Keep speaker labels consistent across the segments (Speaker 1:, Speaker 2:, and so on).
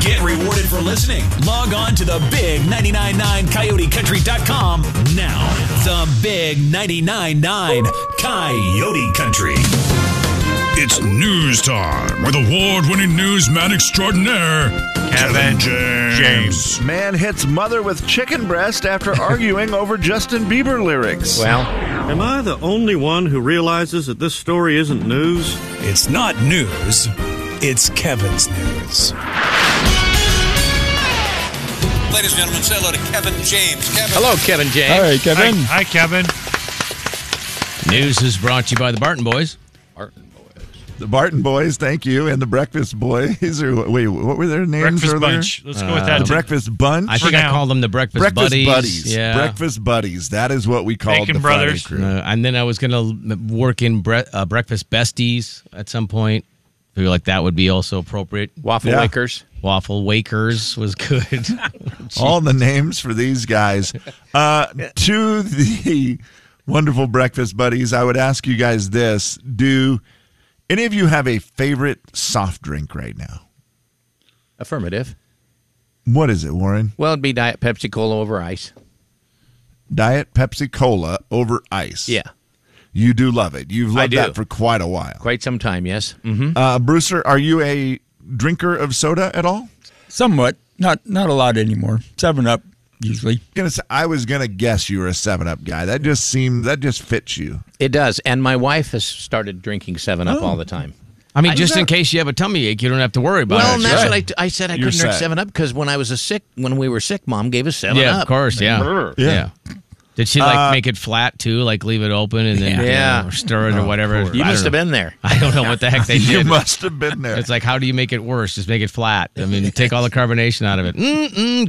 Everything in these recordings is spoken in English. Speaker 1: Get rewarded for listening. Log on to the big 999 coyotecountry.com now. The big 999 Coyote Country.
Speaker 2: It's news time with award-winning newsman extraordinaire Kevin, James.
Speaker 3: James.
Speaker 4: Man hits mother with chicken breast after arguing over Justin Bieber lyrics.
Speaker 3: Well,
Speaker 5: Am I the only one who realizes that this story isn't news?
Speaker 2: It's not news. It's Kevin's news.
Speaker 6: Ladies and gentlemen, say hello to Kevin James. Kevin.
Speaker 7: Hello, Kevin James.
Speaker 8: Hey, Kevin.
Speaker 3: Hi, hi, Kevin.
Speaker 7: News is brought to you by the Barton Boys.
Speaker 4: The Barton boys, thank you, and the Breakfast Boys. Or wait, what were their names?
Speaker 8: Breakfast
Speaker 4: earlier?
Speaker 8: Bunch. Let's go with that.
Speaker 4: Uh, The Breakfast Bunch.
Speaker 7: I think I
Speaker 8: now.
Speaker 7: called them the Breakfast,
Speaker 4: Breakfast buddies.
Speaker 7: Buddies. Yeah.
Speaker 4: Breakfast buddies. That is what we called
Speaker 8: Bacon
Speaker 4: the
Speaker 8: Brothers.
Speaker 4: Friday crew.
Speaker 7: Uh, and then I was going to work in bre- uh, Breakfast Besties at some point. Feel like that would be also appropriate.
Speaker 4: Waffle Yeah.
Speaker 7: Wakers. Waffle Wakers was good.
Speaker 4: All the names for these guys. Uh, to the wonderful Breakfast Buddies, I would ask you guys this: Do any of you have a favorite soft drink right now?
Speaker 9: Affirmative.
Speaker 4: What is it, Warren?
Speaker 9: Well, it'd be Diet Pepsi Cola over ice.
Speaker 4: Diet Pepsi Cola over ice.
Speaker 9: Yeah,
Speaker 4: you do love it. You've
Speaker 9: I
Speaker 4: loved
Speaker 9: do.
Speaker 4: that for quite a while.
Speaker 9: quite some time. Yes. Mm.
Speaker 4: Uh, Brewster, are you a drinker of soda at all?
Speaker 8: Somewhat. Not not a lot anymore. Seven up usually.
Speaker 4: Gonna say, I was gonna guess you were a Seven Up guy. That just seemed that just fits you.
Speaker 9: It does. And my wife has started drinking Seven Up all the time.
Speaker 7: I mean, just in case you have a tummy ache, you don't have to worry about
Speaker 9: Well,
Speaker 7: it.
Speaker 9: and that's what I, t- I said. I
Speaker 4: You're
Speaker 9: couldn't drink
Speaker 4: set.
Speaker 9: Seven Up because when I was a sick, when we were sick, Mom gave us Seven
Speaker 7: yeah,
Speaker 9: Up.
Speaker 7: of course. Yeah. Uh, yeah. Did she like make it flat too? Like leave it open and then
Speaker 9: Yeah.
Speaker 7: you
Speaker 9: Yeah.
Speaker 7: know, stir it or whatever. I
Speaker 9: You must have
Speaker 7: don't know.
Speaker 9: been there.
Speaker 7: I don't know what the heck they did.
Speaker 4: You must have been there.
Speaker 7: It's like, how do you make it worse? Just make it flat. I mean, take all the carbonation out of it. Mm-mm,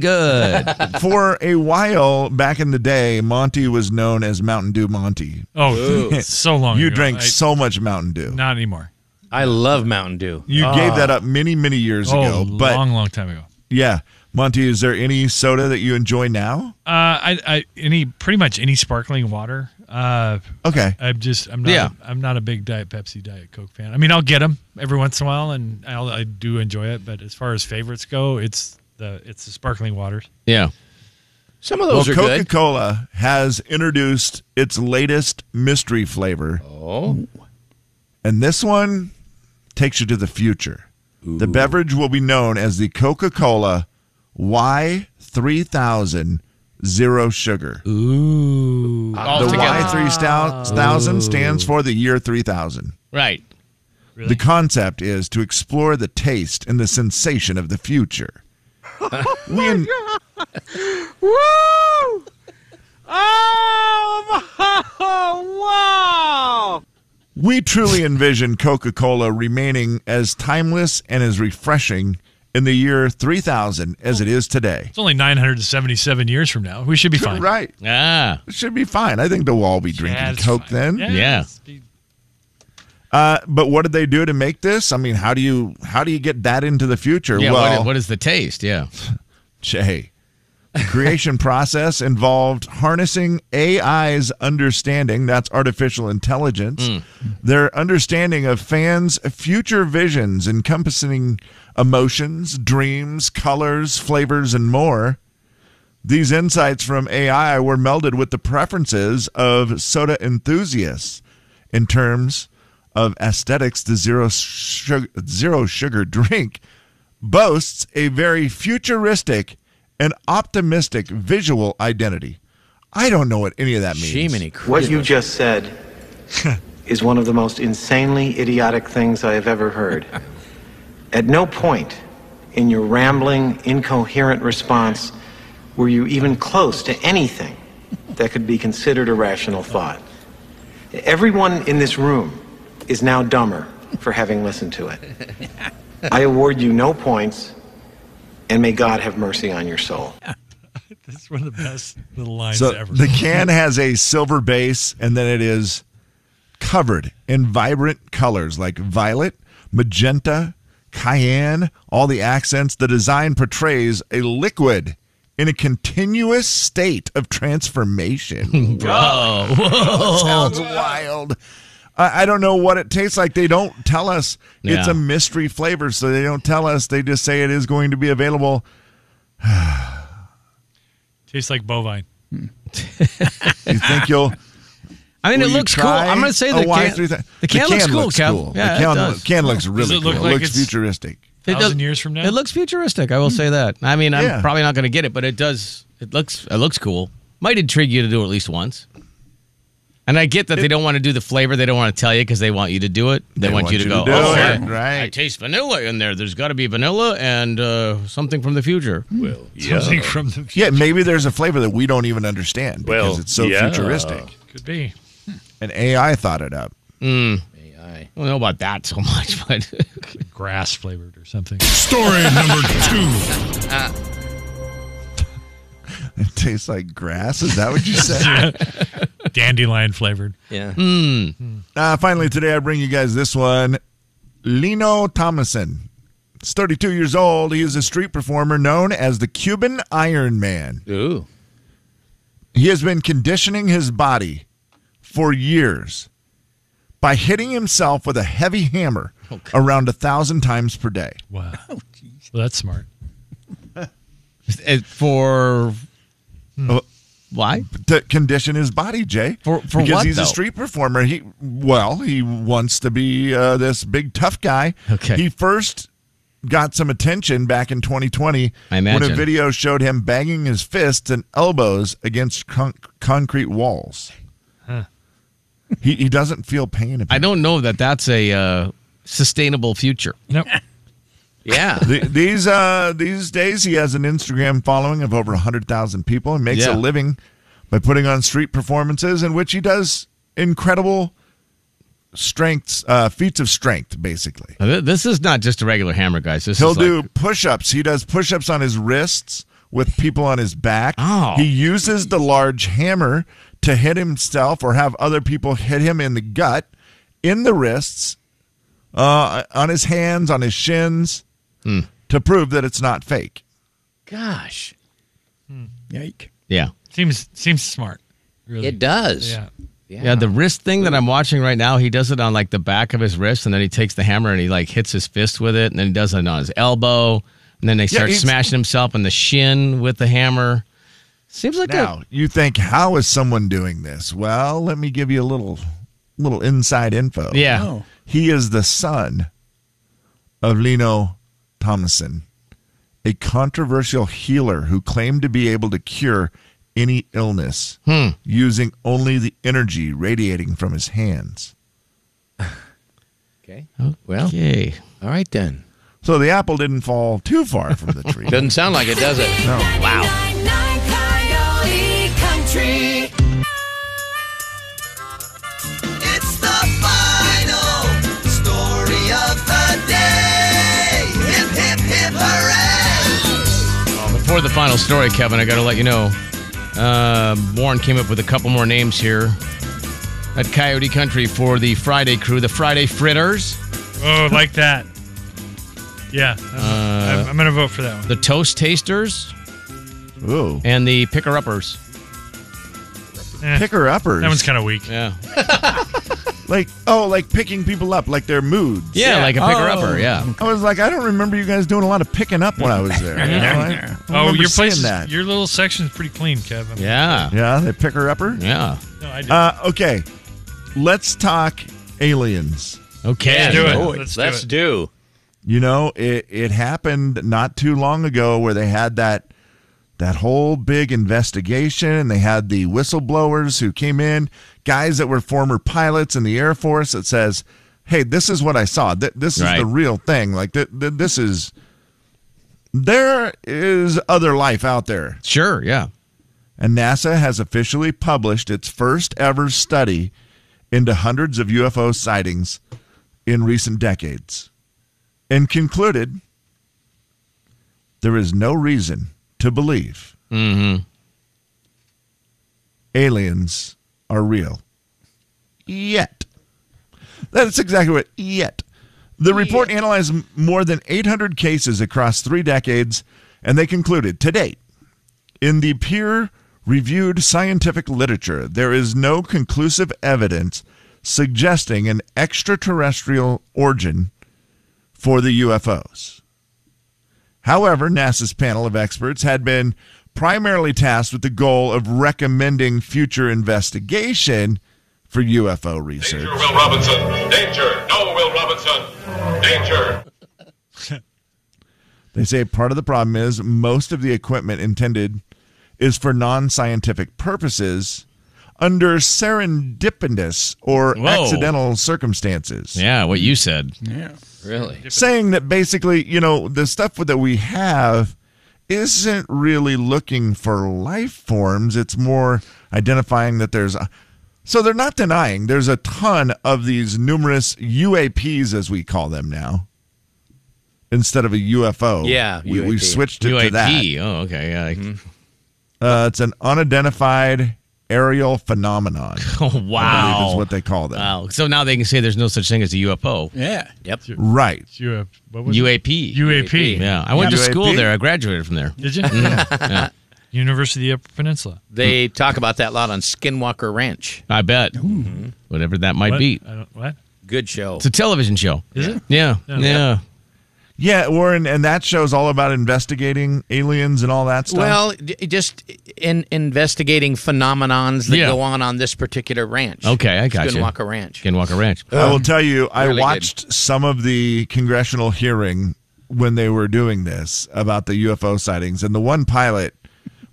Speaker 7: good.
Speaker 4: For a while back in the day, Monty was known as Mountain Dew Monty.
Speaker 8: Oh, so long.
Speaker 4: You
Speaker 8: ago.
Speaker 4: drank
Speaker 8: I-
Speaker 4: so much Mountain Dew.
Speaker 8: not anymore.
Speaker 9: I love Mountain Dew.
Speaker 4: You gave that up many, many years
Speaker 8: Ah. Oh,
Speaker 4: ago. But
Speaker 8: long, long time ago.
Speaker 4: yeah, Monty, is there any soda that you enjoy now?
Speaker 8: Uh, I, I any pretty much any sparkling water. Uh,
Speaker 4: Okay.
Speaker 8: I'm just I'm not
Speaker 7: Yeah.
Speaker 8: a, I'm not a big Diet Pepsi, Diet Coke fan. I mean, I'll get them every once in a while, and I'll, I do enjoy it. But as far as favorites go, it's the it's the sparkling waters.
Speaker 7: Yeah.
Speaker 9: Some of those
Speaker 4: well,
Speaker 9: are
Speaker 4: Coca
Speaker 9: good.
Speaker 4: Cola has introduced its latest mystery flavor. Oh. And this one takes you to the future. The beverage will be known as the Coca Cola Y3000 Zero Sugar. the Y3000 stands for the year 3000.
Speaker 7: Right.
Speaker 4: The concept is to explore the taste and the sensation of the future. we in- We truly envision Coca Cola remaining as timeless and as refreshing in the year 3000 as it is today.
Speaker 8: It's only 977 years from now. We should be fine.
Speaker 4: Right.
Speaker 7: Ah.
Speaker 4: It should be fine. I think they'll all be
Speaker 8: Yeah,
Speaker 4: drinking
Speaker 8: it's
Speaker 4: Coke
Speaker 8: fine.
Speaker 4: then.
Speaker 7: Yeah.
Speaker 8: it's be-
Speaker 4: Uh, but what did they do to make this? I mean, how do you how do you get that into the future?
Speaker 7: Yeah.
Speaker 4: well,
Speaker 7: what, what is the taste? Yeah.
Speaker 4: Jay. The creation process involved harnessing AI's understanding, that's artificial intelligence, their understanding of fans' future visions encompassing emotions, dreams, colors, flavors, and more. These insights from AI were melded with the preferences of soda enthusiasts in terms of aesthetics. The zero sugar, zero sugar drink boasts a very futuristic and optimistic visual identity. I don't know what any of that means.
Speaker 9: Jiminy
Speaker 10: What you just said is one of the most insanely idiotic things I have ever heard. At no point in your rambling, incoherent response were you even close to anything that could be considered a rational thought. Everyone in this room is now dumber for having listened to it. I award you no points, and may God have mercy on your soul.
Speaker 8: It's one of the best little lines
Speaker 4: So
Speaker 8: ever.
Speaker 4: the can has a silver base, and then it is covered in vibrant colors like violet, magenta, cayenne, all the accents. The design portrays a liquid in a continuous state of transformation.
Speaker 7: Bro.
Speaker 4: Sounds wild. I, I don't know what it tastes like. They don't tell us. It's
Speaker 7: Yeah.
Speaker 4: a mystery flavor, so they don't tell us. They just say it is going to be available.
Speaker 8: Tastes like bovine.
Speaker 4: You think you'll?
Speaker 7: I mean,
Speaker 4: will
Speaker 7: it
Speaker 4: you
Speaker 7: looks cool.
Speaker 4: try
Speaker 7: I'm going to say
Speaker 4: a
Speaker 7: the
Speaker 4: Y
Speaker 7: can,
Speaker 4: three
Speaker 7: the
Speaker 4: thou-
Speaker 7: can, looks cool, Kev. Yeah,
Speaker 4: the
Speaker 7: it
Speaker 4: can,
Speaker 7: does.
Speaker 4: can looks really
Speaker 8: it look
Speaker 4: cool.
Speaker 8: like
Speaker 4: it looks
Speaker 8: it's-
Speaker 4: futuristic.
Speaker 7: It does-
Speaker 8: Thousand years from now?
Speaker 7: It looks futuristic. I will say that. I mean, I'm
Speaker 4: Yeah.
Speaker 7: probably not going to get it, but it does. It looks. It looks cool. Might intrigue you to do it at least once. And I get that they don't want to do the flavor. They don't want to tell you because they want you to do it. They,
Speaker 4: They
Speaker 7: want, you to go.
Speaker 4: do
Speaker 7: oh,
Speaker 4: it,
Speaker 7: I,
Speaker 4: right.
Speaker 7: I taste vanilla in there. There's got to be vanilla and uh, something from the future. Well,
Speaker 8: Something from the
Speaker 4: Yeah, maybe there's a flavor that we don't even understand because
Speaker 9: Well,
Speaker 4: it's so
Speaker 9: yeah.
Speaker 4: futuristic.
Speaker 8: could be.
Speaker 4: And AI thought it up.
Speaker 7: I don't know about that so much, but
Speaker 8: Grass flavored or something.
Speaker 2: Story number two.
Speaker 4: It tastes like grass. Is that what you said?
Speaker 8: Dandelion flavored.
Speaker 9: Yeah.
Speaker 4: Uh, finally, today I bring you guys this one Lino Thomason. He's 32 years old. He is a street performer known as the Cuban Iron Man.
Speaker 9: Ooh.
Speaker 4: He has been conditioning his body for years by hitting himself with a heavy hammer around a thousand times per day.
Speaker 8: Wow. Well, that's smart.
Speaker 7: Uh, for why?
Speaker 4: Uh, to condition his body, Jay.
Speaker 7: Hmm. For- for
Speaker 4: because
Speaker 7: what,
Speaker 4: he's
Speaker 7: though?
Speaker 4: a street performer. He well, he wants to be uh, this big tough guy.
Speaker 7: Okay.
Speaker 4: He first got some attention back in 2020
Speaker 7: I
Speaker 4: when a
Speaker 7: imagine.
Speaker 4: video showed him banging his fists and elbows against con- concrete walls. He he doesn't feel pain.
Speaker 7: I don't know that that's a uh, sustainable future.
Speaker 8: Nope.
Speaker 9: Yeah.
Speaker 4: Th- these uh these days he has an Instagram following of over 100,000 people and makes
Speaker 7: Yeah.
Speaker 4: a living by putting on street performances in which he does incredible strengths uh feats of strength basically.
Speaker 7: Now, th- This is not just a regular hammer, guys. This
Speaker 4: He'll
Speaker 7: is
Speaker 4: do
Speaker 7: like-
Speaker 4: push-ups. He does push-ups on his wrists with people on his back.
Speaker 7: Oh.
Speaker 4: He uses the large hammer to hit himself or have other people hit him in the gut, in the wrists, uh, on his hands, on his shins,
Speaker 7: Hmm.
Speaker 4: to prove that it's not fake.
Speaker 9: Gosh.
Speaker 2: Yike.
Speaker 7: yeah.
Speaker 8: Seems seems smart. Really.
Speaker 9: It does.
Speaker 8: Yeah.
Speaker 9: Yeah.
Speaker 7: Yeah, the wrist thing that I'm watching right now, he does it on like the back of his wrist, and then he takes the hammer and he like hits his fist with it, and then he does it on his elbow, and then they start
Speaker 4: he's-
Speaker 7: smashing himself in the shin with the hammer. Seems like
Speaker 4: Now, you think how is someone doing this? Well, let me give you a little little inside info.
Speaker 7: a yeah.
Speaker 2: Oh.
Speaker 4: He is the son of Lino Thomason, a controversial healer who claimed to be able to cure any illness
Speaker 8: Hmm.
Speaker 4: using only the energy radiating from his hands.
Speaker 9: Okay. Well,
Speaker 7: Okay.
Speaker 9: all right then.
Speaker 4: So the apple didn't fall too far from the tree.
Speaker 9: Doesn't sound like it, does it?
Speaker 3: Coyote Country. It's the final story of the day. Hip, hip, hip, hooray.
Speaker 7: Before the final story, Kevin, I got to let you know. Uh, Warren came up with a couple more names here at Coyote Country for the Friday crew, the Friday Fritters,
Speaker 8: Oh, like that. Yeah. I'm, I'm gonna vote for that one.
Speaker 7: the Toast Tasters,
Speaker 4: Ooh.
Speaker 7: and the Picker Uppers.
Speaker 8: Eh,
Speaker 4: Picker uppers.
Speaker 8: that one's kind of weak.
Speaker 7: Yeah.
Speaker 4: like oh, like picking people up, like their moods.
Speaker 7: Yeah, like a picker upper.
Speaker 2: Oh.
Speaker 7: Yeah.
Speaker 4: I was like, I don't remember you guys doing a lot of picking up when I was there. You know, I- I
Speaker 8: Oh,
Speaker 4: remember
Speaker 8: your place,
Speaker 4: seeing
Speaker 8: is,
Speaker 4: that.
Speaker 8: your little section's pretty clean, Kev. I'm-
Speaker 7: Yeah.
Speaker 4: yeah, they pick her upper.
Speaker 7: Yeah.
Speaker 8: No, I did.
Speaker 4: Uh, okay, let's talk aliens.
Speaker 7: Okay.
Speaker 9: Yeah,
Speaker 8: do it.
Speaker 9: oh,
Speaker 8: Let's do
Speaker 9: Let's
Speaker 8: it.
Speaker 9: do.
Speaker 4: You know, it it happened not too long ago where they had that that whole big investigation and they had the whistleblowers who came in, guys that were former pilots in the Air Force that says, "Hey, this is what I saw. Th- this
Speaker 7: Right.
Speaker 4: is the real thing. Like th- th- this is there is other life out there."
Speaker 7: Sure. Yeah.
Speaker 4: and NASA has officially published its first ever study into hundreds of UFO sightings in recent decades and concluded there is no reason to believe aliens are real yet. That's exactly what yet. The report analyzed m- more than 800 cases across three decades, and they concluded to date, in the peer reviewed scientific literature, there is no conclusive evidence suggesting an extraterrestrial origin for the UFOs. However, NASA's panel of experts had been primarily tasked with the goal of recommending future investigation for UFO research.
Speaker 11: Will Robinson, danger! No, Will Robinson, danger!
Speaker 4: They say part of the problem is most of the equipment intended is for non scientific purposes under serendipitous or
Speaker 7: Whoa.
Speaker 4: accidental circumstances.
Speaker 7: Yeah, what you said.
Speaker 9: Yeah. Really?
Speaker 4: Saying that basically, you know, the stuff that we have isn't really looking for life forms, it's more identifying that there's a. So they're not denying there's a ton of these numerous UAPs, as we call them now, instead of a UFO.
Speaker 7: Yeah,
Speaker 4: we,
Speaker 7: UAP.
Speaker 4: we've switched it to that.
Speaker 7: UAP. Oh, okay. Yeah.
Speaker 4: Uh, it's an unidentified aerial phenomenon.
Speaker 7: Oh,
Speaker 4: I believe
Speaker 7: wow.
Speaker 4: is what they call them.
Speaker 7: Wow. uh, So now they can say there's no such thing as a UFO.
Speaker 9: Yeah. Yep.
Speaker 4: Right.
Speaker 8: You, uh, what was it?
Speaker 7: UAP.
Speaker 8: UAP.
Speaker 7: Yeah. I went to
Speaker 4: Yeah.
Speaker 7: school
Speaker 4: UAP?
Speaker 7: there. I graduated from there. Mm-hmm.
Speaker 8: Did you?
Speaker 7: Yeah.
Speaker 8: University of Upper Peninsula.
Speaker 9: They talk about that lot on Skinwalker Ranch.
Speaker 7: I bet. Whatever that might
Speaker 8: What?
Speaker 7: be.
Speaker 8: I don't, what?
Speaker 9: Good show.
Speaker 7: It's a television show.
Speaker 8: Is it?
Speaker 7: Yeah.
Speaker 8: Yeah.
Speaker 7: Yeah.
Speaker 4: Yeah, Warren, and that show's all about investigating aliens and all that stuff.
Speaker 9: Well, d- just in investigating phenomenons that
Speaker 7: Yeah.
Speaker 9: go on on this particular ranch.
Speaker 7: Okay, I got you.
Speaker 9: Skinwalker Ranch.
Speaker 7: Skinwalker Ranch.
Speaker 4: I will tell you, I
Speaker 9: really good.
Speaker 4: watched some of the congressional hearing when they were doing this about the UFO sightings, and the one pilot,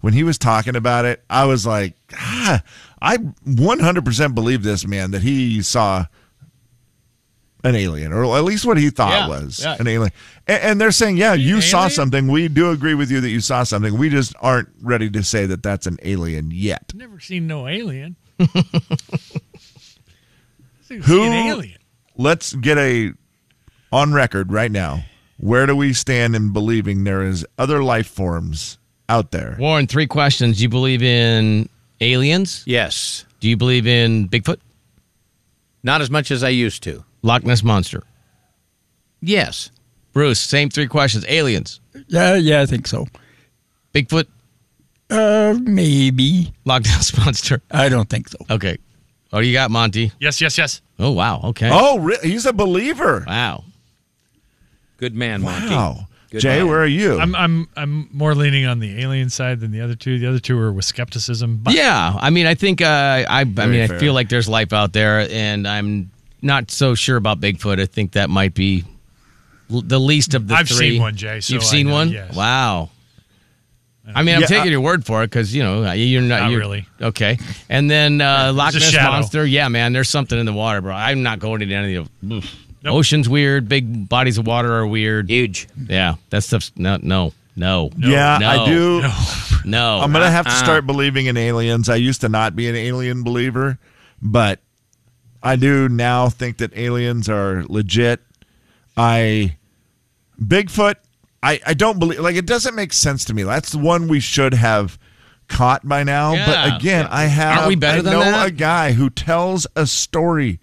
Speaker 4: when he was talking about it, I was like, ah, I 100% believe this man that he saw an alien, or at least what he thought
Speaker 7: Yeah,
Speaker 4: was
Speaker 7: yeah.
Speaker 4: an alien. And, and they're saying, yeah, you saw something. We do agree with you that you saw something. We just aren't ready to say that that's an alien yet.
Speaker 8: Never seen no alien.
Speaker 4: Who-
Speaker 8: An alien.
Speaker 4: let's get a on record right now. Where do we stand in believing there is other life forms out there?
Speaker 7: Warren, three questions. Do you believe in aliens?
Speaker 9: Yes.
Speaker 7: Do you believe in Bigfoot?
Speaker 9: Not as much as I used to.
Speaker 7: Loch Ness Monster?
Speaker 9: Yes.
Speaker 7: Bruce, same three questions. Aliens,
Speaker 12: Yeah, Uh, yeah, I think so.
Speaker 7: Bigfoot,
Speaker 12: Uh, maybe.
Speaker 7: Loch Ness Monster.
Speaker 12: I don't think so.
Speaker 7: Okay. Oh, you got Monty.
Speaker 8: Yes, yes, yes.
Speaker 7: Oh, wow. Okay.
Speaker 4: Oh, re- he's a believer.
Speaker 7: Wow.
Speaker 9: Good man, Monty.
Speaker 4: Wow.
Speaker 9: Good
Speaker 4: Jay,
Speaker 9: man.
Speaker 4: where are you?
Speaker 8: I'm I'm I'm more leaning on the alien side than the other two. The other two are with skepticism. But
Speaker 7: Yeah, I mean, I think uh, I. I mean, I
Speaker 4: fair.
Speaker 7: feel like there's life out there, and I'm not so sure about Bigfoot. I think that might be l- the least of the
Speaker 8: I've
Speaker 7: three.
Speaker 8: seen one, Jay, so
Speaker 7: You've
Speaker 8: I
Speaker 7: seen
Speaker 8: know,
Speaker 7: one?
Speaker 8: yes.
Speaker 7: Wow. I mean, I'm
Speaker 4: Yeah,
Speaker 7: taking
Speaker 4: I-
Speaker 7: your word for it because you know you're not,
Speaker 8: Not
Speaker 7: you're,
Speaker 8: really.
Speaker 7: okay. And then uh, Loch
Speaker 8: a
Speaker 7: Ness
Speaker 8: shadow.
Speaker 7: monster, yeah, man, there's something in the water, bro. I'm not going into any of. oof.
Speaker 8: Nope.
Speaker 7: Ocean's weird. Big bodies of water are weird.
Speaker 9: Huge.
Speaker 7: Yeah, that stuff's no, no, no.
Speaker 4: yeah,
Speaker 7: no,
Speaker 4: I do.
Speaker 7: No,
Speaker 4: I'm gonna have to
Speaker 7: uh.
Speaker 4: start believing in aliens. I used to not be an alien believer, but I do now think that aliens are legit. I Bigfoot, I, I don't believe like it doesn't make sense to me. That's the one we should have caught by now.
Speaker 7: Yeah.
Speaker 4: But again, I have
Speaker 7: Aren't we better
Speaker 4: I
Speaker 7: than
Speaker 4: know
Speaker 7: that?
Speaker 4: a guy who tells a story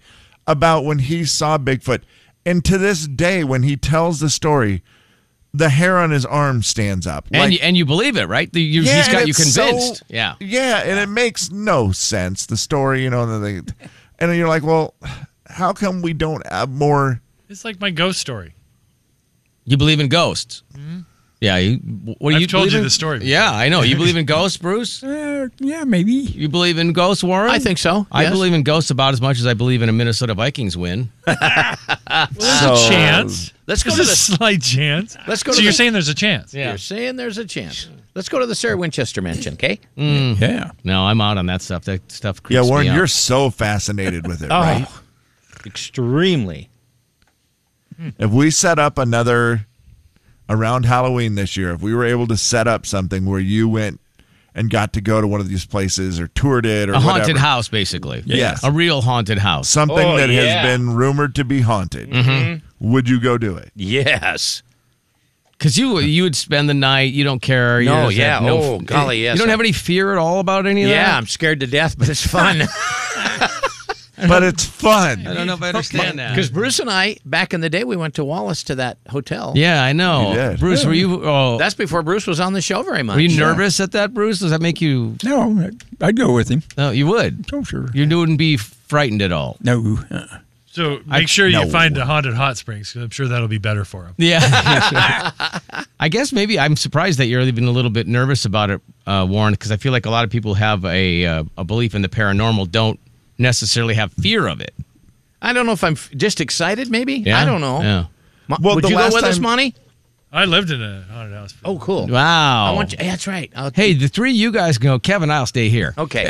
Speaker 4: about when he saw Bigfoot. And to this day, when he tells the story, the hair on his arm stands up.
Speaker 7: And,
Speaker 4: Like,
Speaker 7: you, and you believe it, right? The- you- he's
Speaker 4: and
Speaker 7: got you
Speaker 4: it's
Speaker 7: convinced.
Speaker 4: so-
Speaker 7: yeah.
Speaker 4: Yeah, and it makes no sense. The story, you know, and then they, and then you're like, well, how come we don't have more?
Speaker 8: it's like my ghost story.
Speaker 7: You believe in ghosts. Yeah. You, what do
Speaker 8: I've
Speaker 7: you
Speaker 8: told
Speaker 7: believe
Speaker 8: you
Speaker 7: in?
Speaker 8: the story before.
Speaker 7: Yeah, I know. You believe in ghosts, Bruce?
Speaker 12: Uh, yeah, maybe.
Speaker 7: You believe in ghosts, Warren?
Speaker 9: I think so.
Speaker 7: I
Speaker 9: yes.
Speaker 7: believe in ghosts about as much as I believe in a Minnesota Vikings win.
Speaker 4: So-
Speaker 8: chance.
Speaker 9: Let's go
Speaker 8: There's
Speaker 9: to
Speaker 8: a
Speaker 9: the-
Speaker 8: slight chance.
Speaker 9: Let's go
Speaker 8: So
Speaker 9: to
Speaker 8: you're
Speaker 9: the-
Speaker 8: saying there's a chance?
Speaker 9: You're saying there's a chance. Let's go to the Sarah Winchester mansion, okay?
Speaker 12: Yeah.
Speaker 7: No, I'm out on that stuff. That stuff
Speaker 4: Yeah,
Speaker 7: creeps
Speaker 4: Warren,
Speaker 7: me out. Oh.
Speaker 4: you're so fascinated with it, right?
Speaker 9: Extremely.
Speaker 4: If we set up another around Halloween this year, if we were able to set up something where you went and got to go to one of these places or toured it or
Speaker 7: a haunted
Speaker 4: whatever,
Speaker 7: house, basically.
Speaker 4: Yes.
Speaker 7: A real haunted house.
Speaker 4: something
Speaker 9: Oh,
Speaker 4: that
Speaker 9: yeah.
Speaker 4: has been rumored to be haunted,
Speaker 7: Mm-hmm.
Speaker 4: would you go do it?
Speaker 9: Yes.
Speaker 7: Because you you would spend the night. You don't care. You
Speaker 9: No,
Speaker 7: just
Speaker 9: yeah.
Speaker 7: have No,
Speaker 9: Oh, golly, yes.
Speaker 7: You don't have any fear at all about any of
Speaker 9: Yeah,
Speaker 7: that?
Speaker 9: I'm scared to death, but it's fun.
Speaker 7: Mm-hmm.
Speaker 4: but it's fun.
Speaker 7: I don't know if I understand that.
Speaker 9: Because Bruce and I, back in the day, we went to Wallace to that hotel.
Speaker 7: Yeah, I know.
Speaker 9: You did.
Speaker 7: Bruce, were you? Oh,
Speaker 9: That's before Bruce was on the show very much.
Speaker 7: were you nervous at that, Bruce? Does that make you?
Speaker 12: No, I'd go with him.
Speaker 7: No, you would.
Speaker 12: Oh, sure.
Speaker 7: You wouldn't be frightened at all.
Speaker 12: No. uh-uh.
Speaker 8: So make
Speaker 7: I-
Speaker 8: sure
Speaker 7: no.
Speaker 8: you find a haunted hot springs because I'm sure that'll be better for him.
Speaker 7: Yeah. I guess maybe I'm surprised that you're even a little bit nervous about it, uh, Warren, because I feel like a lot of people have a uh, a belief in the paranormal, don't necessarily have fear of it.
Speaker 9: I don't know if I'm f- just excited, maybe.
Speaker 7: Yeah?
Speaker 9: I don't know.
Speaker 7: Yeah.
Speaker 9: Mo-
Speaker 4: Well,
Speaker 9: would
Speaker 4: the
Speaker 9: you go
Speaker 4: last
Speaker 9: with us,
Speaker 4: time-
Speaker 9: Monty?
Speaker 8: I lived in a haunted house.
Speaker 9: Oh, cool.
Speaker 7: Wow.
Speaker 9: I want you, yeah, that's right. I'll,
Speaker 7: hey, the three of you guys can go. Kevin, I'll stay here.
Speaker 9: Okay.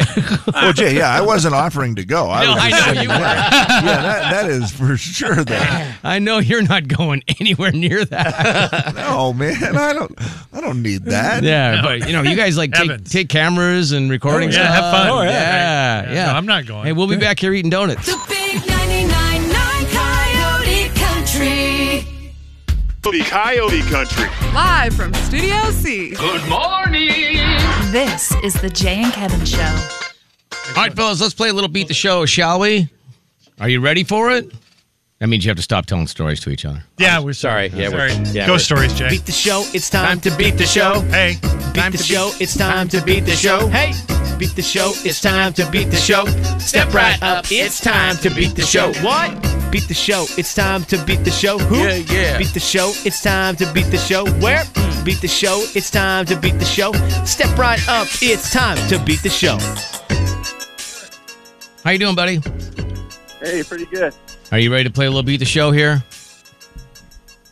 Speaker 4: Well, Jay, yeah, I wasn't offering to go. I
Speaker 7: No,
Speaker 4: was
Speaker 7: I
Speaker 4: just
Speaker 7: know
Speaker 4: saying
Speaker 7: you
Speaker 4: that. Yeah, that, that is for sure. That
Speaker 7: I know you're not going anywhere near that.
Speaker 4: no, man, I don't, I don't need that.
Speaker 7: yeah, but you know, you guys like take,
Speaker 8: Evans.
Speaker 7: take cameras and recording
Speaker 8: yeah,
Speaker 7: stuff.
Speaker 8: have fun.
Speaker 7: yeah,
Speaker 8: Oh, yeah.
Speaker 7: yeah,
Speaker 8: Yeah, no, I'm not going.
Speaker 7: Hey, we'll be back here eating donuts.
Speaker 3: The big 99.9 Coyote Country.
Speaker 11: Coyote Country.
Speaker 13: Live from Studio C.
Speaker 11: Good morning.
Speaker 13: This is the Jay and Kevin Show.
Speaker 7: All right, fellas, let's play a little beat the show, shall we? Are you ready for it? That means you have to stop telling stories to each other.
Speaker 8: Yeah, we're
Speaker 9: Sorry. Yeah, we're-
Speaker 8: sorry.
Speaker 9: yeah,
Speaker 8: Ghost
Speaker 9: we're-
Speaker 8: stories, Jay.
Speaker 9: Beat the show. It's time to beat the show.
Speaker 8: Hey,
Speaker 9: Time to show. It's time to beat the show. Hey, beat the show. It's time to beat the show. Step right up. It's time to beat the show. What? Beat the show. It's time to beat the show. Who? Yeah, yeah. Mm. Beat the show. It's time to beat the show. Where? Beat the show. It's time to beat the show. Step right up. It's time to beat the show.
Speaker 7: How you doing, buddy?
Speaker 14: Hey, pretty good.
Speaker 7: Are you ready to play a little beat the show here?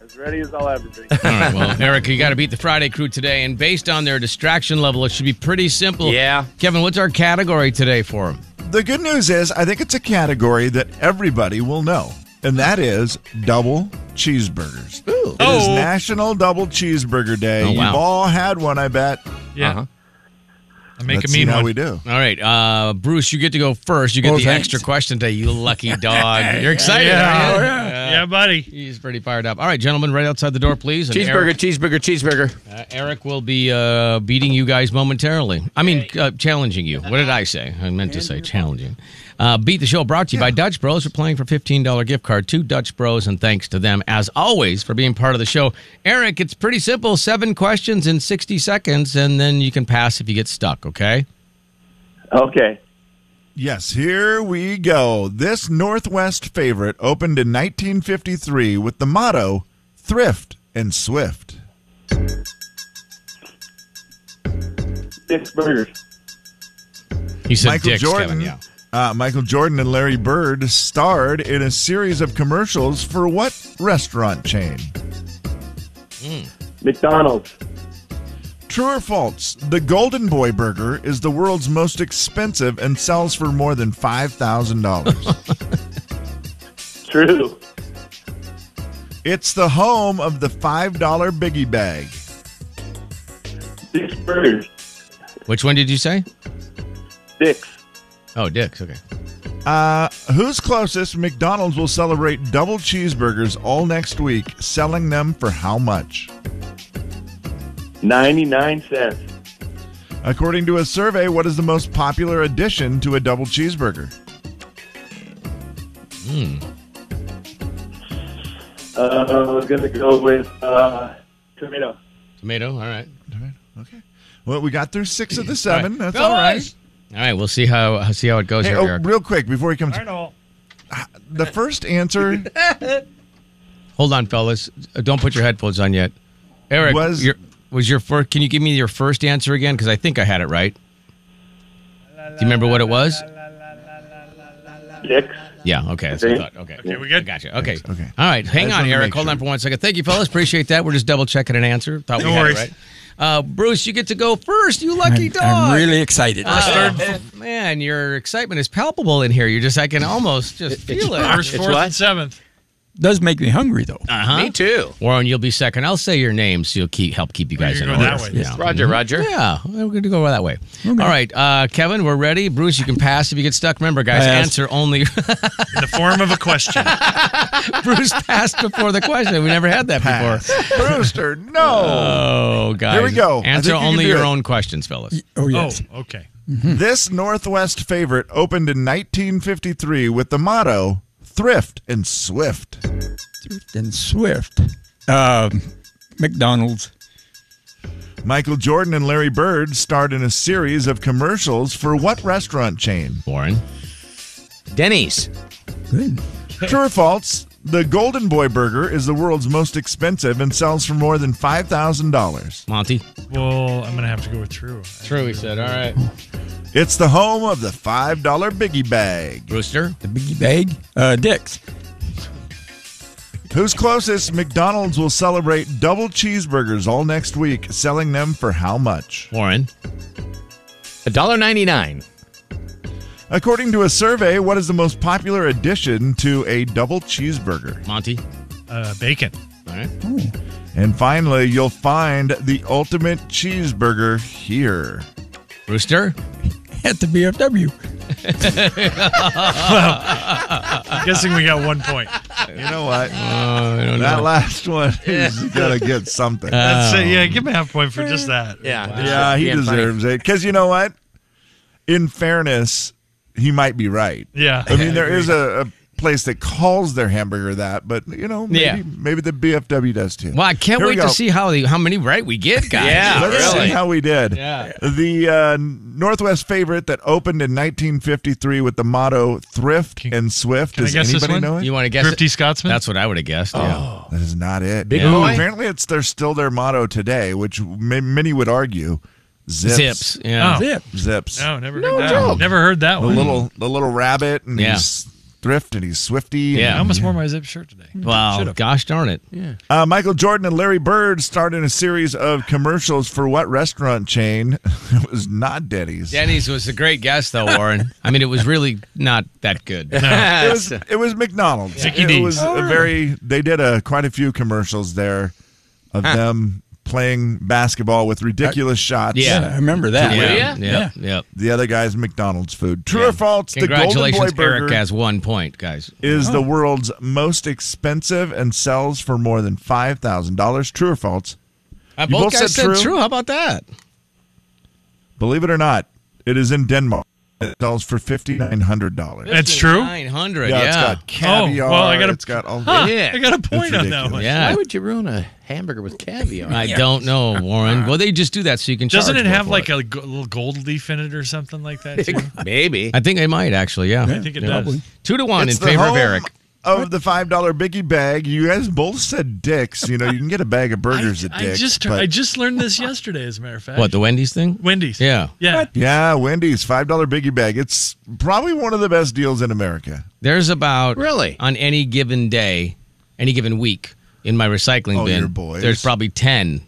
Speaker 14: As ready as I'll ever be.
Speaker 7: All right, well, Eric, you got to beat the Friday crew today, and based on their distraction level, it should be pretty simple.
Speaker 9: Yeah.
Speaker 7: Kevin, what's our category today for them?
Speaker 4: The good news is, I think it's a category that everybody will know, and that is double cheeseburgers. Ooh. It is
Speaker 8: Oh.
Speaker 4: National Double Cheeseburger Day.
Speaker 7: Oh, wow.
Speaker 4: You've all had one, I bet.
Speaker 8: Yeah. I make
Speaker 4: Let's
Speaker 8: a
Speaker 4: see
Speaker 8: mean
Speaker 4: how
Speaker 8: one.
Speaker 4: we do.
Speaker 7: All right, uh, Bruce, you get to go first. You get
Speaker 12: Oh,
Speaker 7: the
Speaker 12: thanks.
Speaker 7: extra question today, you lucky dog. You're excited,
Speaker 8: Yeah.
Speaker 7: are you?
Speaker 8: Oh, yeah. yeah, buddy.
Speaker 7: He's pretty fired up. All right, gentlemen, right outside the door, please. And Eric,
Speaker 9: cheeseburger, cheeseburger.
Speaker 7: uh, Eric will be uh, beating you guys momentarily. I mean, uh, challenging you. What did I say? I meant to say challenging. Uh, Beat the show brought to you by Dutch Bros. We're playing for $15 gift card to Dutch Bros. And thanks to them, as always, for being part of the show. Eric, it's pretty simple. Seven questions in 60 seconds, and then you can pass if you get stuck, okay?
Speaker 14: Okay.
Speaker 4: Yes, here we go. This Northwest favorite opened in 1953 with the motto Thrift and Swift.
Speaker 14: Dick's Burgers.
Speaker 7: He said
Speaker 4: Michael
Speaker 7: dicks,
Speaker 4: Jordan.
Speaker 7: Kevin. Yeah.
Speaker 4: uh, Michael Jordan and Larry Bird starred in a series of commercials for what restaurant chain?
Speaker 14: McDonald's.
Speaker 4: True or false? The Golden Boy Burger is the world's most expensive and sells for more than $5,000.
Speaker 14: True.
Speaker 4: it's the home of the $5 biggie bag.
Speaker 14: Dick's Burgers.
Speaker 7: Which one did you say?
Speaker 14: Dick's.
Speaker 7: Oh, dicks. Okay.
Speaker 4: Uh, who's closest? McDonald's will celebrate double cheeseburgers all next week, selling them for how much?
Speaker 14: 99 cents.
Speaker 4: According to a survey, what is the most popular addition to a double cheeseburger?
Speaker 14: Uh, I was going to go with uh, tomato.
Speaker 7: Tomato. All right.
Speaker 4: Okay. Well, we got through six of the
Speaker 7: right.
Speaker 4: seven. That's all right.
Speaker 7: All right. We'll see how see how it goes
Speaker 4: Hey,
Speaker 7: here,
Speaker 4: oh,
Speaker 7: Eric.
Speaker 4: real quick before he comes,
Speaker 8: Arnold.
Speaker 4: the first answer
Speaker 7: Hold on, fellas. Uh, Don't put your headphones on yet. Eric,
Speaker 4: Was-
Speaker 7: was your, was your first? Can you give me your first answer again? Because I think I had it right. Do you remember what it was?
Speaker 14: Dick's.
Speaker 7: Yeah. Okay. That's what I
Speaker 14: Okay.
Speaker 7: thought. Okay.
Speaker 8: Okay, we good?
Speaker 7: Gotcha. Okay.
Speaker 4: Okay.
Speaker 7: All right.
Speaker 4: I
Speaker 7: Hang
Speaker 4: just
Speaker 7: on,
Speaker 4: wanted to
Speaker 7: Eric.
Speaker 4: make
Speaker 7: Hold on
Speaker 4: sure.
Speaker 7: for one second. Thank you, fellas. Appreciate that. We're just double checking an answer. Thought we
Speaker 8: No
Speaker 7: had it
Speaker 8: worries.
Speaker 7: right. Uh, Bruce, you get to go first. You lucky
Speaker 12: I'm,
Speaker 7: dog.
Speaker 12: I'm really excited.
Speaker 7: Uh, man, your excitement is palpable in here. You're just, I can almost just feel it.
Speaker 8: First,
Speaker 9: It's
Speaker 8: fourth,
Speaker 9: what?
Speaker 8: and seventh.
Speaker 12: Does make me hungry though.
Speaker 7: Uh-huh.
Speaker 9: Me too.
Speaker 7: Warren, you'll be second. I'll say your name so you'll keep help keep you
Speaker 8: We're
Speaker 7: guys in
Speaker 8: gonna
Speaker 7: order.
Speaker 8: go that way.
Speaker 7: Yeah.
Speaker 9: Roger, Roger.
Speaker 7: Hmm? Yeah, we're going to go that way. All right, uh, Kevin, we're ready. Bruce, you can pass if you get stuck. Remember, guys,
Speaker 12: Pass.
Speaker 7: answer only.
Speaker 8: In the form of a question.
Speaker 7: Bruce passed before the question. We never had that before.
Speaker 4: Brewster. No.
Speaker 7: Oh, guys.
Speaker 4: Here we go. I
Speaker 7: Answer
Speaker 4: think you can
Speaker 7: only
Speaker 4: do
Speaker 7: your
Speaker 4: it.
Speaker 7: own questions, fellas.
Speaker 12: Oh yes.
Speaker 8: Oh, okay.
Speaker 4: This Northwest favorite opened in 1953 with the motto "Thrift and Swift."
Speaker 12: Thrift and Swift. Um, McDonald's.
Speaker 4: Michael Jordan and Larry Bird starred in a series of commercials for what restaurant chain?
Speaker 7: Warren. Denny's.
Speaker 12: Good.
Speaker 4: True or false? The Golden Boy Burger is the world's most expensive and sells for more than five thousand dollars.
Speaker 7: Monty.
Speaker 8: Well, I'm gonna have to go with True.
Speaker 7: True, he said. All right.
Speaker 4: It's the home of the five dollar biggie bag.
Speaker 7: Brewster.
Speaker 12: The biggie bag. Uh, Dick's.
Speaker 4: Who's closest? McDonald's will celebrate double cheeseburgers all next week, selling them for how much?
Speaker 7: Warren. $1.99.
Speaker 4: According to a survey, what is the most popular addition to a double cheeseburger?
Speaker 7: Monty.
Speaker 8: Uh, bacon.
Speaker 7: All right.
Speaker 4: And finally, you'll find the ultimate cheeseburger here.
Speaker 7: Brewster.
Speaker 12: At the BFW.
Speaker 8: I'm guessing we got one point.
Speaker 4: You know what?
Speaker 7: I don't
Speaker 4: that
Speaker 7: know.
Speaker 4: last one is gonna get something.
Speaker 8: That's it. Yeah, give him a half point for just that.
Speaker 7: Yeah.
Speaker 4: yeah, he
Speaker 7: Yeah, funny.
Speaker 4: deserves it. Because you know what? In fairness, he might be right.
Speaker 8: Yeah.
Speaker 4: I mean, there is a, a place that calls their hamburger that, but you know, maybe,
Speaker 7: Yeah.
Speaker 4: maybe the BFW does too.
Speaker 7: Well, I can't
Speaker 4: Here we
Speaker 7: wait to
Speaker 4: go.
Speaker 7: see how the, how many right we get, guys. yeah,
Speaker 4: Let's see how we did.
Speaker 7: Yeah.
Speaker 4: The uh, Northwest favorite that opened in 1953 with the motto "Thrift and Swift."
Speaker 8: Can I
Speaker 4: Does
Speaker 8: guess this
Speaker 4: anybody
Speaker 8: one?
Speaker 4: know it?
Speaker 7: You want to guess?
Speaker 8: Thrifty
Speaker 7: It?
Speaker 8: Scotsman.
Speaker 7: That's what I would have guessed. Yeah.
Speaker 4: That is not it.
Speaker 7: Big
Speaker 4: No,
Speaker 7: boy?
Speaker 4: Apparently, it's their still their motto today, which ma- many would argue. Zips.
Speaker 7: Zips. Yeah.
Speaker 8: Oh.
Speaker 12: Zip.
Speaker 4: Zips.
Speaker 8: no, never heard that. Never heard that
Speaker 4: the
Speaker 8: one.
Speaker 4: little the little rabbit and
Speaker 7: Yeah.
Speaker 4: he's thrift and he's swifty. and-
Speaker 7: Yeah.
Speaker 8: I almost wore my zip shirt today.
Speaker 7: Wow.
Speaker 8: Should've.
Speaker 7: Gosh darn it.
Speaker 4: Uh, Michael Jordan and Larry Bird starred in a series of commercials for what restaurant chain? it was not Denny's.
Speaker 7: Denny's was a great guess, though, Warren. I mean, it was really not that good.
Speaker 4: It was it was McDonald's.
Speaker 8: Mickey
Speaker 4: It
Speaker 8: D's.
Speaker 4: was
Speaker 7: Oh.
Speaker 4: a very they did a quite a few commercials there of them playing basketball with ridiculous shots.
Speaker 7: Yeah.
Speaker 12: I remember that.
Speaker 7: Yeah. Yeah. Yeah.
Speaker 4: The other guy's McDonald's food. True or false? The Golden Boy
Speaker 7: Congratulations,
Speaker 4: Burger
Speaker 7: Eric has one point, guys.
Speaker 4: is the world's most expensive and sells for more than five thousand dollars. True or false?
Speaker 7: Uh,
Speaker 4: You both said true.
Speaker 7: How about that?
Speaker 4: Believe it or not, it is in Denmark. It sells for fifty nine hundred dollars.
Speaker 8: That's true?
Speaker 7: Nine hundred.
Speaker 4: Yeah,
Speaker 7: Yeah.
Speaker 4: it's got caviar.
Speaker 8: well, I gotta-
Speaker 4: it's got all.
Speaker 8: I got a point on that one.
Speaker 7: Yeah.
Speaker 9: Why would you ruin a hamburger with caviar?
Speaker 7: I don't know, Warren. Well, they just do that so you can.
Speaker 8: Doesn't
Speaker 7: charge
Speaker 8: it
Speaker 7: more
Speaker 8: have
Speaker 7: for
Speaker 8: like a g- little gold leaf in it or something like that? Too?
Speaker 9: Maybe.
Speaker 7: I think they might actually. Yeah.
Speaker 8: I think it
Speaker 7: Yeah.
Speaker 8: does.
Speaker 7: Two to one
Speaker 4: It's
Speaker 7: in
Speaker 4: the
Speaker 7: favor
Speaker 4: home
Speaker 7: of Eric.
Speaker 4: Of the five dollar biggie bag, you guys both said dicks. You know, you can get a bag of burgers at
Speaker 8: I
Speaker 4: dicks.
Speaker 8: just
Speaker 4: but-
Speaker 8: I just learned this yesterday, as a matter of fact.
Speaker 7: What the Wendy's thing?
Speaker 8: Wendy's.
Speaker 7: Yeah.
Speaker 8: Yeah.
Speaker 4: yeah, Wendy's five dollar biggie bag. It's probably one of the best deals in America.
Speaker 7: There's about
Speaker 9: Really?
Speaker 7: on any given day, any given week in my recycling
Speaker 4: Oh,
Speaker 7: bin.
Speaker 4: your boys.
Speaker 7: There's probably ten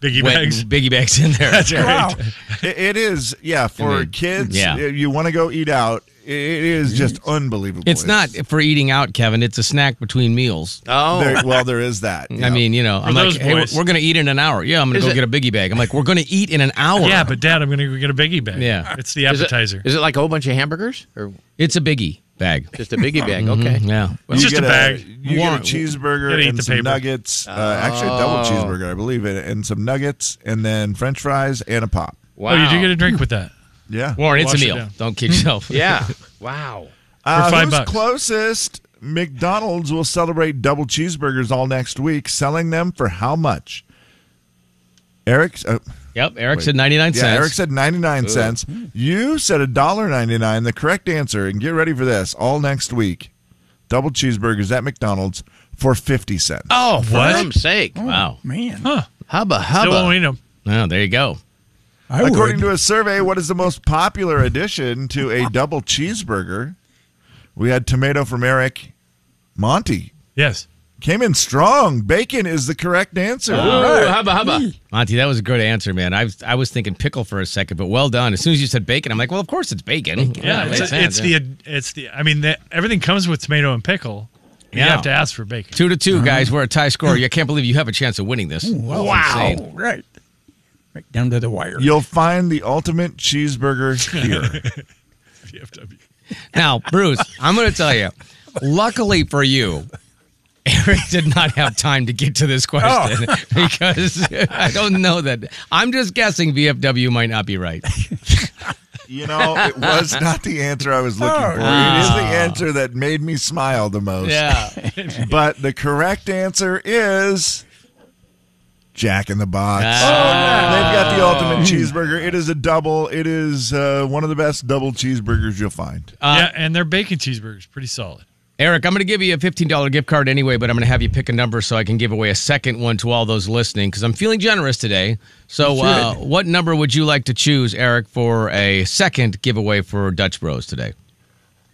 Speaker 8: Biggie
Speaker 7: wet
Speaker 8: bags.
Speaker 7: biggie bags in there.
Speaker 4: Wow, It- it is. Yeah, for
Speaker 7: mean,
Speaker 4: kids,
Speaker 7: yeah.
Speaker 4: if you want to go eat out. It is just unbelievable.
Speaker 7: It's not for eating out, Kevin. It's a snack between meals.
Speaker 9: Oh.
Speaker 4: There- well, there is that.
Speaker 7: I
Speaker 4: yeah.
Speaker 7: mean, you know, I'm
Speaker 8: those
Speaker 7: like, hey, we're,
Speaker 8: boys.
Speaker 7: we're going to eat in an hour. Yeah, I'm going
Speaker 9: Is
Speaker 7: to go
Speaker 9: it-
Speaker 7: get a biggie bag. I'm like, we're going to eat in an hour.
Speaker 8: Yeah, but Dad, I'm gonna go get a biggie bag.
Speaker 7: Yeah.
Speaker 8: It's the
Speaker 9: Is it-
Speaker 8: appetizer.
Speaker 9: Is it like a whole bunch of hamburgers or
Speaker 7: it's a biggie bag.
Speaker 9: just a biggie bag? Okay.
Speaker 7: Mm-hmm. Yeah.
Speaker 4: You
Speaker 8: just a
Speaker 4: get
Speaker 8: bag.
Speaker 4: You
Speaker 7: Warren-
Speaker 4: get a cheeseburger
Speaker 8: Gotta eat
Speaker 4: and
Speaker 8: the
Speaker 4: some
Speaker 8: paper.
Speaker 4: nuggets. Uh, actually, a double cheeseburger, I believe, and, and some nuggets, and then French fries and a pop.
Speaker 9: Wow.
Speaker 8: Oh, you do get a drink with that.
Speaker 4: Yeah.
Speaker 7: Warren, it's a
Speaker 8: Wash it
Speaker 7: meal.
Speaker 8: down.
Speaker 7: Don't kid yourself.
Speaker 9: yeah. Wow.
Speaker 4: Uh,
Speaker 8: For five
Speaker 4: who's
Speaker 8: bucks.
Speaker 4: closest? McDonald's will celebrate double cheeseburgers all next week, selling them for how much? Eric, uh,
Speaker 7: Yep. Eric said 99
Speaker 4: yeah,
Speaker 7: cents.
Speaker 4: Eric said 99 cents. You said $1.99, the correct answer. And get ready for this all next week. Double cheeseburgers at McDonald's for 50 cents.
Speaker 9: Oh, for
Speaker 8: What?
Speaker 9: heaven's sake.
Speaker 7: wow.
Speaker 12: Man.
Speaker 9: Hubba
Speaker 8: Still won't
Speaker 9: hubba.
Speaker 8: eat them.
Speaker 7: Oh, there you go.
Speaker 12: I
Speaker 4: According
Speaker 12: would.
Speaker 4: to a survey, what is the most popular addition to a double cheeseburger? We had tomato from Eric. Monty
Speaker 8: Yes.
Speaker 4: came in strong. Bacon is the correct answer.
Speaker 9: Ooh,
Speaker 8: Oh,
Speaker 9: hubba hubba.
Speaker 7: Monty, that was a good answer, man. I was, I was thinking pickle for a second, but well done. As soon as you said bacon, I'm like, well, of course it's bacon.
Speaker 8: Yeah. it's it's the it's the. I mean, the, everything comes with tomato and pickle. You
Speaker 7: Yeah.
Speaker 8: have to ask for bacon.
Speaker 7: Two to two, guys. We're a tie score. I can't believe you have a chance of winning this.
Speaker 12: wow. Right. Right down to the wire.
Speaker 4: You'll find the ultimate cheeseburger here.
Speaker 8: PFW.
Speaker 7: Now, Bruce, I'm going to tell you. Luckily for you, Eric did not have time to get to this question
Speaker 8: Oh.
Speaker 7: because I don't know that. I'm just guessing VFW might not be right.
Speaker 4: You know, it was not the answer I was looking for. It is the answer that made me smile the most.
Speaker 7: Yeah.
Speaker 4: but the correct answer is Jack in the Box.
Speaker 7: Ah.
Speaker 4: Oh, They've got
Speaker 7: Oh.
Speaker 4: the ultimate cheeseburger. It is a double. It is uh, one of the best double cheeseburgers you'll find.
Speaker 8: yeah, and their bacon cheeseburgers pretty solid.
Speaker 7: Eric, I'm going to give you a $15 gift card anyway, but I'm going to have you pick a number so I can give away a second one to all those listening because I'm feeling generous today. So,
Speaker 8: You
Speaker 7: uh,
Speaker 8: should.
Speaker 7: what number would you like to choose, Eric, for a second giveaway for Dutch Bros today?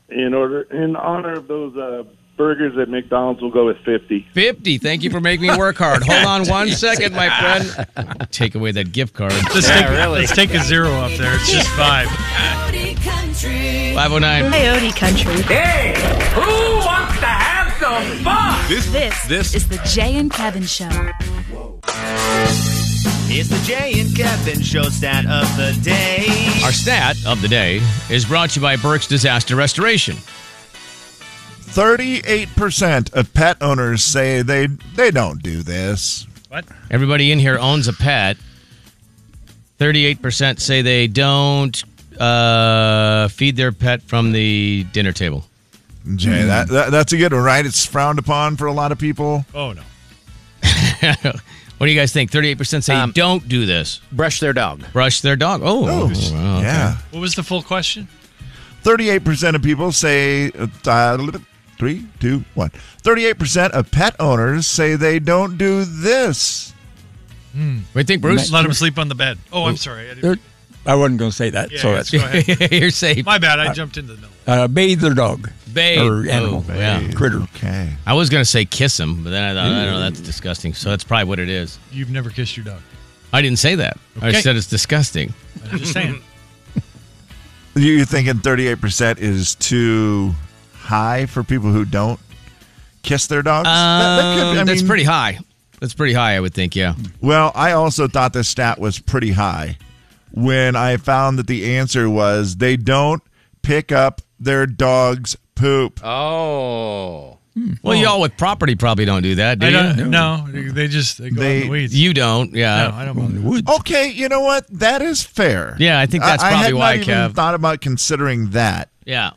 Speaker 14: In order, in honor of those uh, burgers at McDonald's, we'll go with fifty.
Speaker 7: 50. Thank you for making me work hard. Hold on one second, my friend. Take away that gift card.
Speaker 8: Let's, take, let's take a zero up there. It's just five.
Speaker 3: Coyote Country.
Speaker 7: 509.
Speaker 13: Coyote Country. Hey, who wants to have some fun? This, this, is the Jay and Kevin Show.
Speaker 9: It's the Jay and Kevin show stat of the day.
Speaker 7: Our stat of the day is brought to you by Burke's Disaster Restoration.
Speaker 4: 38% of pet owners say they they don't do this.
Speaker 8: What?
Speaker 7: Everybody in here owns a pet. 38% say they don't uh, feed their pet from the dinner table. Hmm.
Speaker 4: Jay, that, that that's a good one, right? It's frowned upon for a lot of people.
Speaker 8: Oh, no.
Speaker 7: what do you guys think? 38% say don't do this.
Speaker 9: Brush their dog.
Speaker 7: Brush their dog. Oh,
Speaker 4: Oh,
Speaker 7: wow, okay.
Speaker 4: yeah.
Speaker 8: What was the full question?
Speaker 4: 38% of people say uh, three, two, one. 38% of pet owners say they don't do this.
Speaker 7: What do you think, Bruce?
Speaker 8: Let him sleep on the bed. Oh, I'm sorry. I didn't.
Speaker 12: They're- I wasn't going to say that,
Speaker 8: Yeah,
Speaker 12: so
Speaker 8: yes,
Speaker 12: that's
Speaker 8: go ahead.
Speaker 7: You're safe.
Speaker 8: My bad. I jumped into the middle.
Speaker 12: Uh, bathe their dog.
Speaker 7: Bathe.
Speaker 12: Or animal.
Speaker 7: Oh, yeah.
Speaker 12: Critter.
Speaker 4: Okay.
Speaker 7: I was going to say kiss him, but then I thought, I don't know, that's disgusting. So that's probably what it is.
Speaker 8: You've never kissed your dog.
Speaker 7: I didn't say that. I
Speaker 8: Okay.
Speaker 7: said it's disgusting.
Speaker 8: I'm just saying.
Speaker 4: You- You're thinking 38% is too high for people who don't kiss their dogs? That- that could- I
Speaker 7: Um, that's
Speaker 4: mean,
Speaker 7: pretty high. That's pretty high, I would think, yeah.
Speaker 4: Well, I also thought this stat was pretty high when I found that the answer was they don't pick up their dog's poop.
Speaker 7: Oh. Well, y'all with property probably don't do that, do
Speaker 8: I
Speaker 7: you?
Speaker 8: don't, no, they just they go out in
Speaker 4: They-
Speaker 8: the weeds.
Speaker 7: You don't, yeah.
Speaker 8: no, I don't bother.
Speaker 4: Okay, you know what? That is fair.
Speaker 7: Yeah, I think that's
Speaker 4: I,
Speaker 7: probably
Speaker 4: had
Speaker 7: why,
Speaker 4: not even
Speaker 7: Kev.
Speaker 4: thought about considering that.
Speaker 7: Yeah.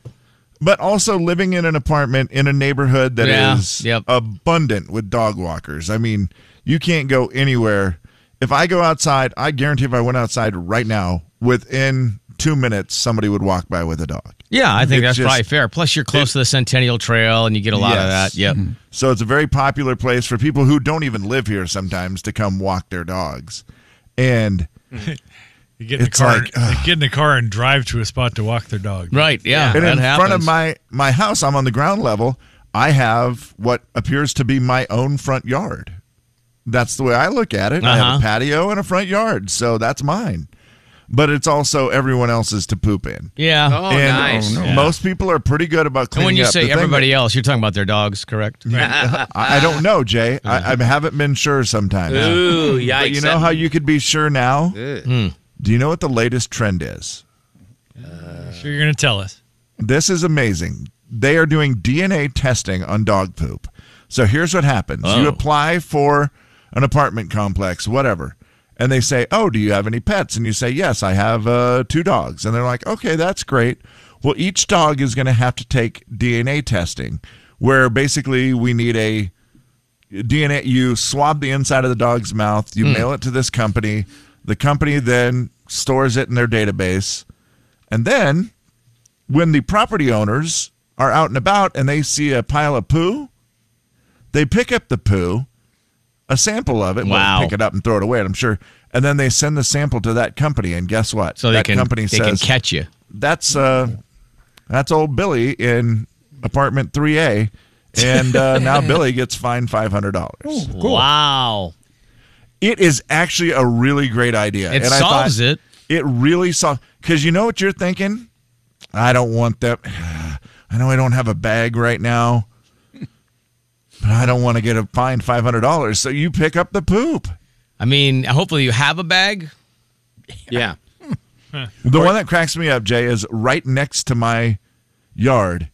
Speaker 4: But also living in an apartment in a neighborhood that is
Speaker 7: Yeah, yep.
Speaker 4: abundant with dog walkers. I mean, you can't go anywhere. If I go outside, I guarantee if I went outside right now, within two minutes, somebody would walk by with a dog.
Speaker 7: Yeah, I think
Speaker 4: It's
Speaker 7: that's
Speaker 4: just-
Speaker 7: probably fair. Plus, you're close to the Centennial Trail, and you get a lot of
Speaker 4: Yes.
Speaker 7: that. Yep.
Speaker 4: So it's a very popular place for people who don't even live here sometimes to come walk their dogs. And
Speaker 8: You get in the
Speaker 4: It's
Speaker 8: car.
Speaker 4: like,
Speaker 8: they get in the car and drive to a spot to walk their dog.
Speaker 7: Right. Yeah.
Speaker 4: and
Speaker 7: that
Speaker 4: in
Speaker 7: happens.
Speaker 4: front of my my house, I'm on the ground level. I have what appears to be my own front yard. That's the way I look at it. I have
Speaker 7: Uh-huh.
Speaker 4: a patio and a front yard, so that's mine. But it's also everyone else's to poop in.
Speaker 7: yeah.
Speaker 9: Oh,
Speaker 4: and oh,
Speaker 7: Yeah.
Speaker 4: most people are pretty good about
Speaker 7: And
Speaker 4: cleaning
Speaker 7: when you
Speaker 4: up. The
Speaker 7: say
Speaker 4: thing that-
Speaker 7: everybody else, you're talking about their dogs, correct?
Speaker 4: I, I don't know, Jay. I, I haven't been sure sometimes.
Speaker 9: Ooh, yikes.
Speaker 4: But you know how you could be sure now?
Speaker 7: Hmm.
Speaker 4: Do you know what the latest trend is?
Speaker 8: Sure, you're gonna tell us.
Speaker 4: This is amazing. They are doing DNA testing on dog poop. So here's what happens you
Speaker 7: Oh.
Speaker 4: apply for an apartment complex, whatever. And they say, Oh, do you have any pets? And you say, Yes, I have uh, two dogs. And they're like, Okay, that's great. Well, each dog is going to have to take DNA testing, where basically we need a DNA. You swab the inside of the dog's mouth. You mail it to this company. The company then stores it in their database, and then when the property owners are out and about and they see a pile of poo, they pick up the poo, a sample of it. well,
Speaker 7: Wow.
Speaker 4: pick it up and throw it away. I'm sure. And then they send the sample to that company, and guess what?
Speaker 7: So they
Speaker 4: that
Speaker 7: can
Speaker 4: company
Speaker 7: they
Speaker 4: says
Speaker 7: can catch you.
Speaker 4: that's uh, that's old Billy in apartment 3A, and uh, now Billy gets fined five hundred dollars.
Speaker 7: Wow.
Speaker 4: It is actually a really great idea.
Speaker 7: It
Speaker 4: I
Speaker 7: solves
Speaker 4: thought
Speaker 7: it.
Speaker 4: It really solves because you know what you're thinking. I don't want that. I know I don't have a bag right now, but I don't want to get a fine five hundred dollars. So you pick up the poop.
Speaker 7: I mean, hopefully you have a bag.
Speaker 9: Yeah.
Speaker 4: The one that cracks me up, Jay, is right next to my yard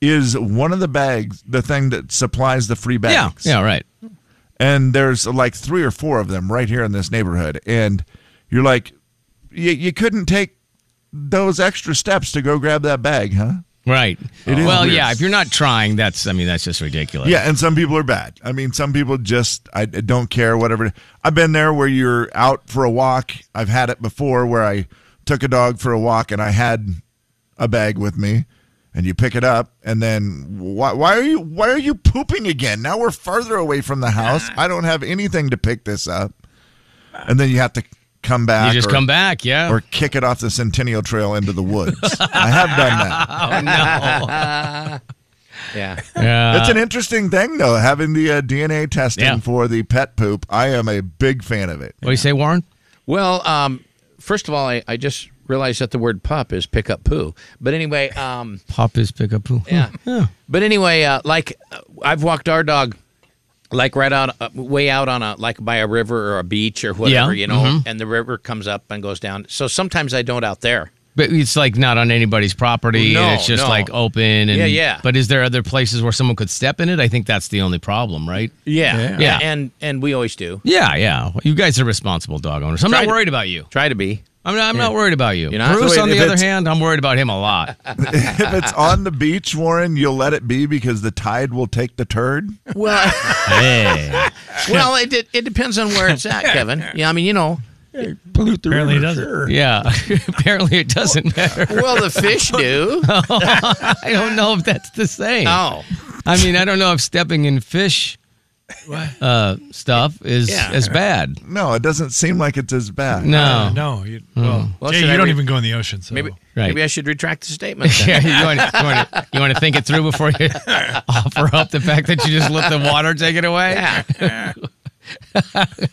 Speaker 4: is one of the bags, the thing that supplies the free bags.
Speaker 7: Yeah. Yeah. Right.
Speaker 4: and there's like three or four of them right here in this neighborhood and you're like you, you couldn't take those extra steps to go grab that bag, huh?
Speaker 7: Right.
Speaker 4: It is
Speaker 7: well,
Speaker 4: weird.
Speaker 7: yeah. If you're not trying, that's I mean that's just ridiculous.
Speaker 4: Yeah, and some people are bad. I mean, some people just I I don't care whatever. I've been there where you're out for a walk. I've had it before where I took a dog for a walk and I had a bag with me, and you pick it up, and then why why are you why are you pooping again? Now we're farther away from the house. I don't have anything to pick this up, and then you have to come back.
Speaker 7: You just
Speaker 4: or-
Speaker 7: come back, yeah.
Speaker 4: Or kick it off the Centennial Trail into the woods. I have done that.
Speaker 7: Oh no.
Speaker 9: yeah.
Speaker 4: That's an interesting thing, though, having the uh, DNA testing
Speaker 9: Yeah.
Speaker 4: for the pet poop. I am a big fan of it.
Speaker 7: What do you say, Warren?
Speaker 9: Well, um, first of all, I, I just realized that the word pup is pick up poo. But anyway, um,
Speaker 7: Pop is pick up poo.
Speaker 9: Yeah. But anyway, uh, like uh, I've walked our dog like right out uh, way out on a like by a river or a beach or whatever,
Speaker 7: Yeah,
Speaker 9: you know,
Speaker 7: mhm.
Speaker 9: and the river comes up and goes down. So sometimes I don't out there.
Speaker 7: But it's like not on anybody's property.
Speaker 9: No,
Speaker 7: and it's just
Speaker 9: no.
Speaker 7: like open. And,
Speaker 9: Yeah, yeah.
Speaker 7: But is there other places where someone could step in it? I think that's the only problem, right?
Speaker 9: Yeah.
Speaker 7: Yeah.
Speaker 9: And and we always do.
Speaker 7: Yeah, yeah. You guys are responsible dog owners. I'm
Speaker 9: Try
Speaker 7: not
Speaker 9: to-
Speaker 7: worried about you.
Speaker 9: Try to be.
Speaker 7: I'm not, I'm not worried about you.
Speaker 9: You're not?
Speaker 7: Bruce,
Speaker 9: So
Speaker 7: on
Speaker 9: wait,
Speaker 7: the
Speaker 9: if
Speaker 7: other
Speaker 9: it's-
Speaker 7: hand, I'm worried about him a lot.
Speaker 4: if it's on the beach, Warren, you'll let it be because the tide will take the turd.
Speaker 9: Well,
Speaker 7: Hey.
Speaker 9: well, it, it it depends on where it's at, Kevin. Yeah, I mean, you know.
Speaker 12: pollute the
Speaker 7: Apparently
Speaker 12: river,
Speaker 7: it doesn't.
Speaker 12: sure.
Speaker 7: Yeah. Apparently it doesn't matter.
Speaker 9: Well, the fish do.
Speaker 7: I don't know if that's the same.
Speaker 9: Oh.
Speaker 7: I mean, I don't know if stepping in fish uh, stuff is
Speaker 9: Yeah.
Speaker 7: as bad.
Speaker 4: No, it doesn't seem like it's as bad.
Speaker 7: No.
Speaker 8: Uh, no, you, well,
Speaker 9: Oh. Hmm. Well,
Speaker 8: Jay,
Speaker 9: should
Speaker 8: you
Speaker 9: I
Speaker 8: don't
Speaker 9: re-
Speaker 8: even go in the ocean. So
Speaker 9: Maybe
Speaker 7: Right.
Speaker 9: maybe I should retract the statement. then.
Speaker 7: Yeah, you want, you, want to, you want to think it through before you offer up the fact that you just let the water take it away?
Speaker 9: Yeah.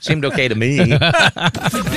Speaker 9: Seemed okay to me.